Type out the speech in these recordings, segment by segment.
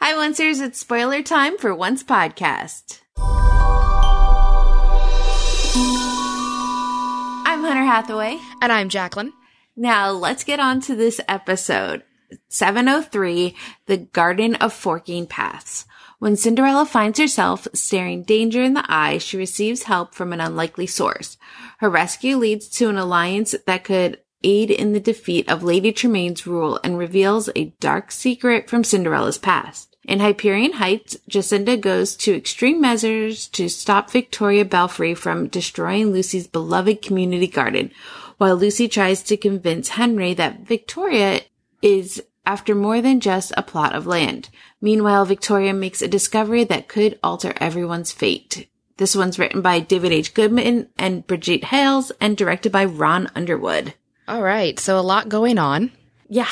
Hi, Oncers. It's spoiler time for Once Podcast. I'm Hunter Hathaway. And I'm Jacqueline. Now let's get on to this episode. 703, The Garden of Forking Paths. When Cinderella finds herself staring danger in the eye, she receives help from an unlikely source. Her rescue leads to an alliance that could aid in the defeat of Lady Tremaine's rule and reveals a dark secret from Cinderella's past. In Hyperion Heights, Jacinda goes to extreme measures to stop Victoria Belfry from destroying Lucy's beloved community garden, while Lucy tries to convince Henry that Victoria is after more than just a plot of land. Meanwhile, Victoria makes a discovery that could alter everyone's fate. This one's written by David H. Goodman and Brigitte Hales and directed by Ron Underwood. All right, so a lot going on. Yeah.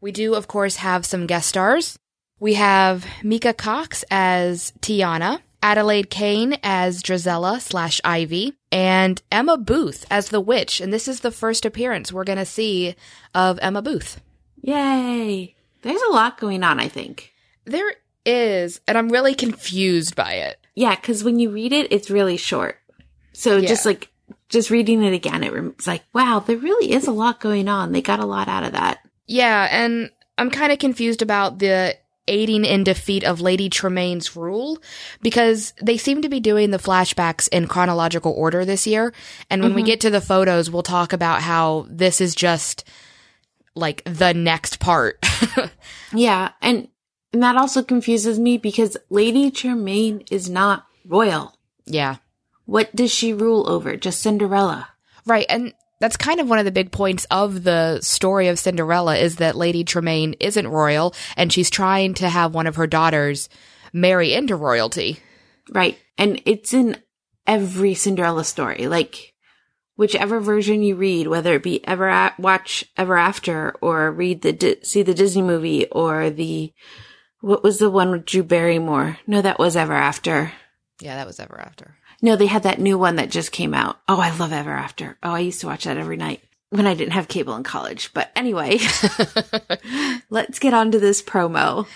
We do, of course, have some guest stars. We have Mika Cox as Tiana, Adelaide Kane as Drizella slash Ivy, and Emma Booth as the witch. And this is the first appearance we're going to see of Emma Booth. Yay. There's a lot going on, I think. There is, and I'm really confused by it. Yeah, because when you read it, it's really short. So Yeah. just like, just reading it again, it rem- it's like, wow, there really is a lot going on. They got a lot out of that. Yeah, and I'm kind of confused about the aiding in defeat of Lady Tremaine's rule because they seem to be doing the flashbacks in chronological order this year. And when we Mhm. get to the photos, we'll talk about how this is just like the next part. Yeah, and and that also confuses me because Lady Tremaine is not royal. yeah. What does she rule over? Just Cinderella. Right. And that's kind of one of the big points of the story of Cinderella is that Lady Tremaine isn't royal and she's trying to have one of her daughters marry into royalty. Right. And it's in every Cinderella story. Like whichever version you read, whether it be ever a- watch ever after or read the Di- see the Disney movie or the what was the one with Drew Barrymore? No, that was ever after. Yeah, that was ever after. No, they had that new one that just came out. Oh, I love Ever After. Oh, I used to watch that every night when I didn't have cable in college. But anyway, let's get on to this promo.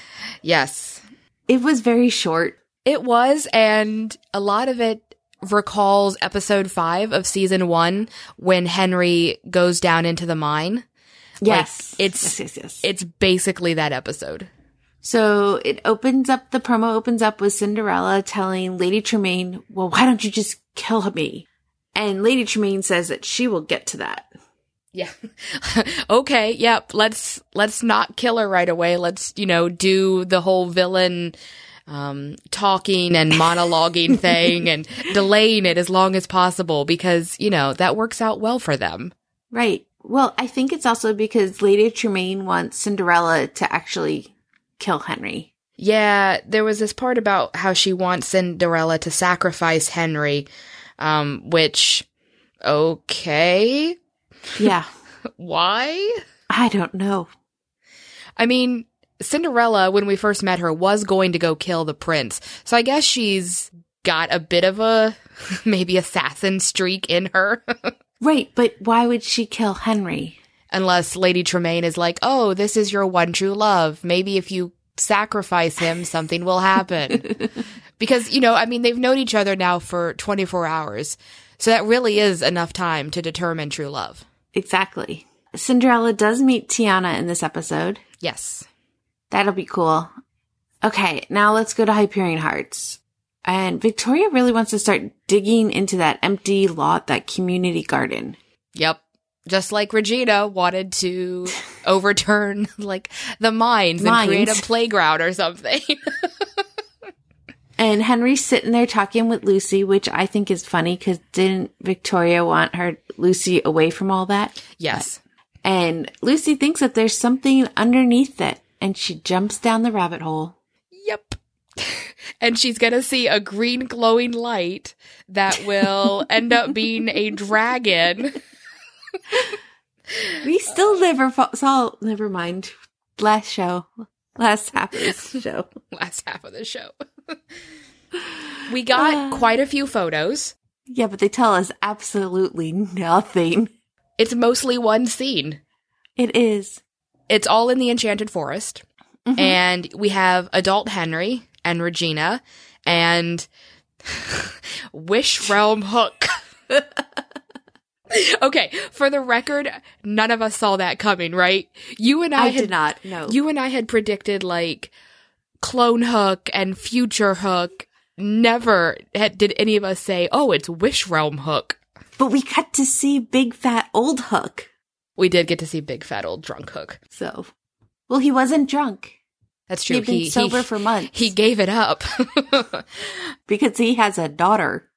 Yes. It was very short. It was, and a lot of it recalls episode five of season one when Henry goes down into the mine. Yes. it's- yes, yes, yes. It's basically that episode. so it opens up, the promo opens up with Cinderella telling Lady Tremaine, well, why don't you just kill me? And Lady Tremaine says that she will get to that. Yeah. okay. Yep. Let's let's not kill her right away. Let's you know do the whole villain um, talking and monologuing thing and delaying it as long as possible because you know that works out well for them. Right. Well, I think it's also because Lady Tremaine wants Cinderella to actually kill Henry. Yeah, there was this part about how she wants Cinderella to sacrifice Henry, um, which, okay, Yeah. why? I don't know. I mean, Cinderella, when we first met her, was going to go kill the prince. So I guess she's got a bit of a maybe assassin streak in her. Right, but why would she kill Henry? Unless Lady Tremaine is like, oh, this is your one true love. Maybe if you sacrifice him, something will happen. because you know i mean they've known each other now for 24 hours so that really is enough time to determine true love exactly. Cinderella does meet Tiana in this episode. yes That'll be cool. Okay, now let's go to Hyperion Hearts. And Victoria really wants to start digging into that empty lot, that community garden. yep just like regina wanted to overturn like the mines, Mines. and create a playground or something And Henry's sitting there talking with Lucy, which I think is funny because didn't Victoria want her Lucy away from all that? yes And Lucy thinks that there's something underneath it, and she jumps down the rabbit hole. yep and she's gonna see a green glowing light that will end up being a dragon We still never fo- saw. Never mind. Last show, last half of this show. last half of the show we got Uh. quite a few photos Yeah, but they tell us absolutely nothing. it's mostly one scene It is. It's all in the Enchanted Forest. Mhm. and we have adult Henry and Regina and Wish Realm Hook. okay, for the record, none of us saw that coming, right? You and I, I had did not know. you and I had predicted like Clone Hook and Future Hook. Never had, did any of us say, "Oh, it's Wish Realm Hook." but we got to see big fat old Hook. We did get to see Big Fat Old Drunk Hook. So, well, he wasn't drunk. That's true. He'd been sober he, for months he gave it up. because he has a daughter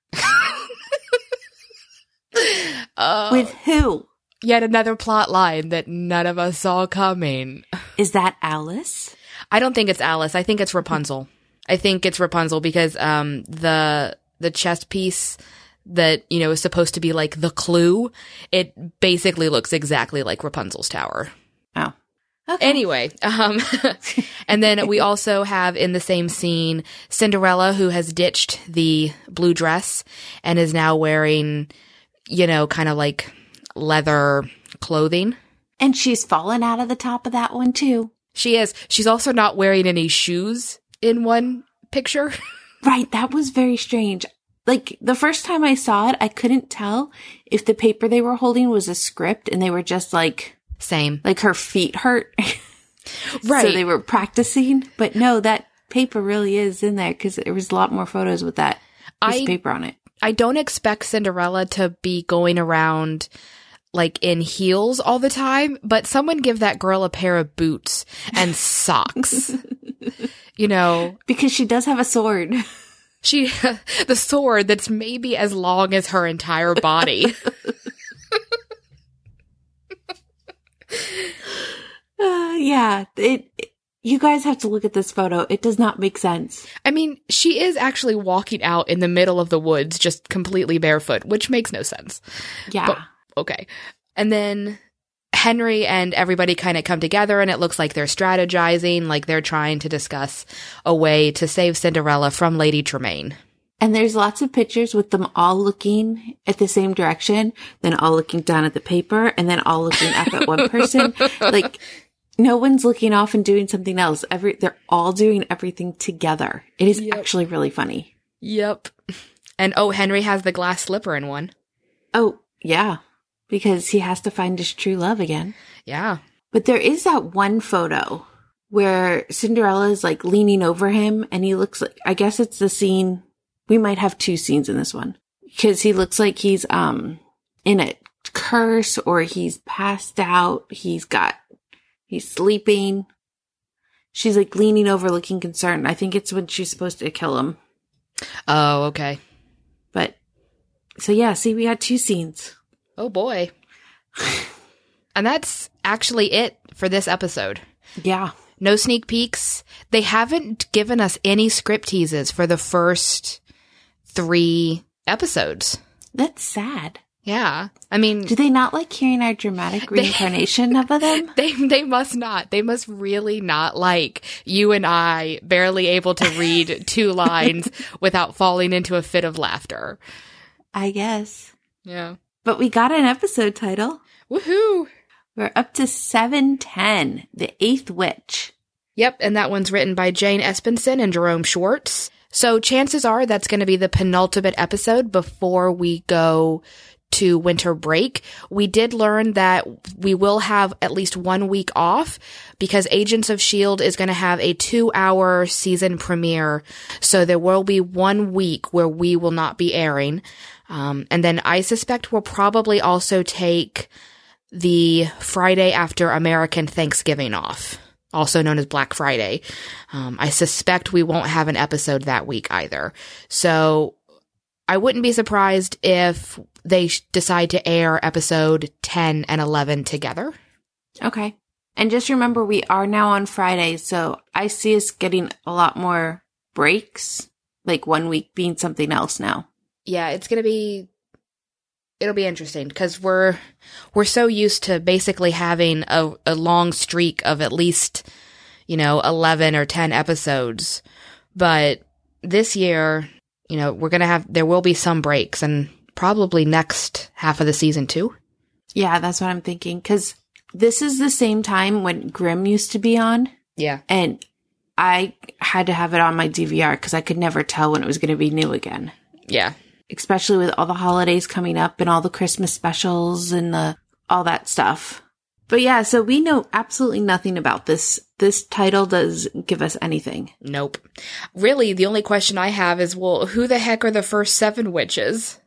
Uh, with who? yet another plot line that none of us saw coming. Is that Alice? I don't think it's Alice. I think it's Rapunzel. I think it's Rapunzel because um the the chess piece that you know is supposed to be like the clue, it basically looks exactly like Rapunzel's tower. Oh, okay. Anyway, um and then we also have in the same scene Cinderella who has ditched the blue dress and is now wearing you know kind of like leather clothing. and she's fallen out of the top of that one too. She is. She's also not wearing any shoes in one picture. Right, that was very strange. Like the first time I saw it, I couldn't tell if the paper they were holding was a script and they were just like Same. like her feet hurt. So Right. they were practicing, but no, that paper really is in there cuz there was a lot more photos with that piece I- of paper on it. I don't expect Cinderella to be going around like in heels all the time, but someone give that girl a pair of boots and socks. you know, Because she does have a sword. she the sword that's maybe as long as her entire body. Uh, yeah, it, it- you guys have to look at this photo. It does not make sense. I mean, she is actually walking out in the middle of the woods just completely barefoot, which makes no sense. Yeah. But- okay. And then Henry and everybody kind of come together, and it looks like they're strategizing, like they're trying to discuss a way to save Cinderella from Lady Tremaine. And there's lots of pictures with them all looking at the same direction, then all looking down at the paper, and then all looking up at one person. Like no one's looking off and doing something else. Every they're all doing everything together. It is Yep. actually really funny. Yep. And oh, Henry has the glass slipper in one. Oh, yeah. Because he has to find his true love again. Yeah. But there is that one photo where Cinderella is like leaning over him and he looks like I guess it's the scene we might have two scenes in this one cuz he looks like he's um in a curse or he's passed out, he's got he's sleeping. She's like leaning over looking concerned. I think it's when she's supposed to kill him. Oh, okay. But so yeah, see we got two scenes. Oh, boy. and that's actually it for this episode. Yeah. No sneak peeks. They haven't given us any script teases for the first three episodes. That's sad. Yeah. I mean, Do they not like hearing our dramatic They- reincarnation of them? they they must not. They must really not like you and I barely able to read two lines without falling into a fit of laughter. I guess. Yeah. But we got an episode title. Woohoo. We're up to 710, The Eighth Witch. Yep, and that one's written by Jane Espenson and Jerome Schwartz. So chances are that's going to be the penultimate episode before we go to winter break. We did learn that we will have at least one week off because Agents of S.H.I.E.L.D. E is going to have a two hour season premiere. So there will be one week where we will not be airing. Um, and then I suspect we'll probably also take the Friday after American Thanksgiving off, also known as Black Friday. Um, I suspect we won't have an episode that week either. So I wouldn't be surprised if they sh- decide to air episode 10 and 11 together. Okay. And just remember, we are now on Friday, so I see us getting a lot more breaks, like one week being something else now. Yeah, it's going to be it'll be interesting cuz we're we're so used to basically having a, a long streak of at least you know 11 or 10 episodes but this year you know we're going to have there will be some breaks and probably next half of the season too Yeah, that's what I'm thinking. Because this is the same time when Grimm used to be on. Yeah. And I had to have it on my DVR because I could never tell when it was going to be new again, Yeah. especially with all the holidays coming up and all the Christmas specials and the all that stuff. But yeah, so we know absolutely nothing about this. This title does give us anything. Nope. Really, the only question I have is well, who the heck are the first seven witches?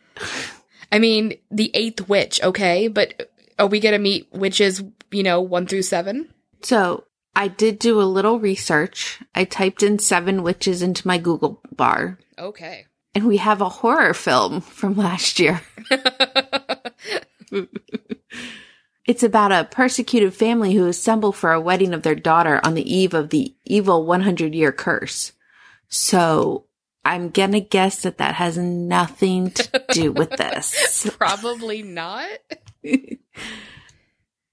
I mean, the eighth witch, okay, but are we going to meet witches, you know, one through seven? So I did do a little research. I typed in seven witches into my Google bar, Okay. and we have a horror film from last year. It's about a persecuted family who assemble for a wedding of their daughter on the eve of the evil 100 year curse. So I'm going to guess that that has nothing to do with this. Probably not.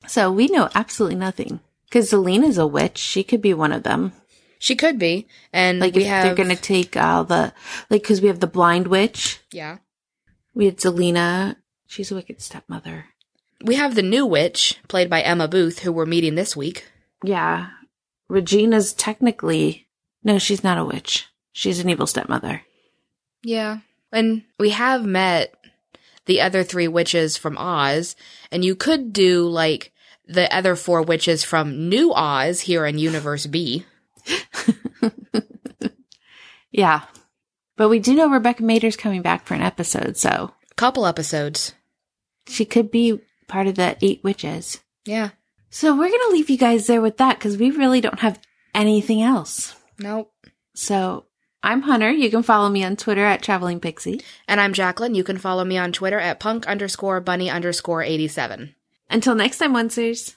So we know absolutely nothing. Because Zelina's a witch. She could be one of them. She could be. And Like, we if have they're going to take all the, like, because we have the blind witch. Yeah. We had Zelina. She's a wicked stepmother. We have the new witch played by Emma Booth who we're meeting this week. Yeah. Regina's technically, no, she's not a witch. She's an evil stepmother. Yeah. And we have met the other three witches from Oz, and you could do like the other four witches from New Oz here in Universe B. Yeah. But we do know Rebecca Mader's coming back for an episode, so Couple episodes. she could be part of the Eight Witches. Yeah. So we're going to leave you guys there with that because we really don't have anything else. Nope. So I'm Hunter. You can follow me on Twitter at Traveling Pixie. And I'm Jacqueline. You can follow me on Twitter at punk underscore bunny underscore 87. Until next time, Oncers.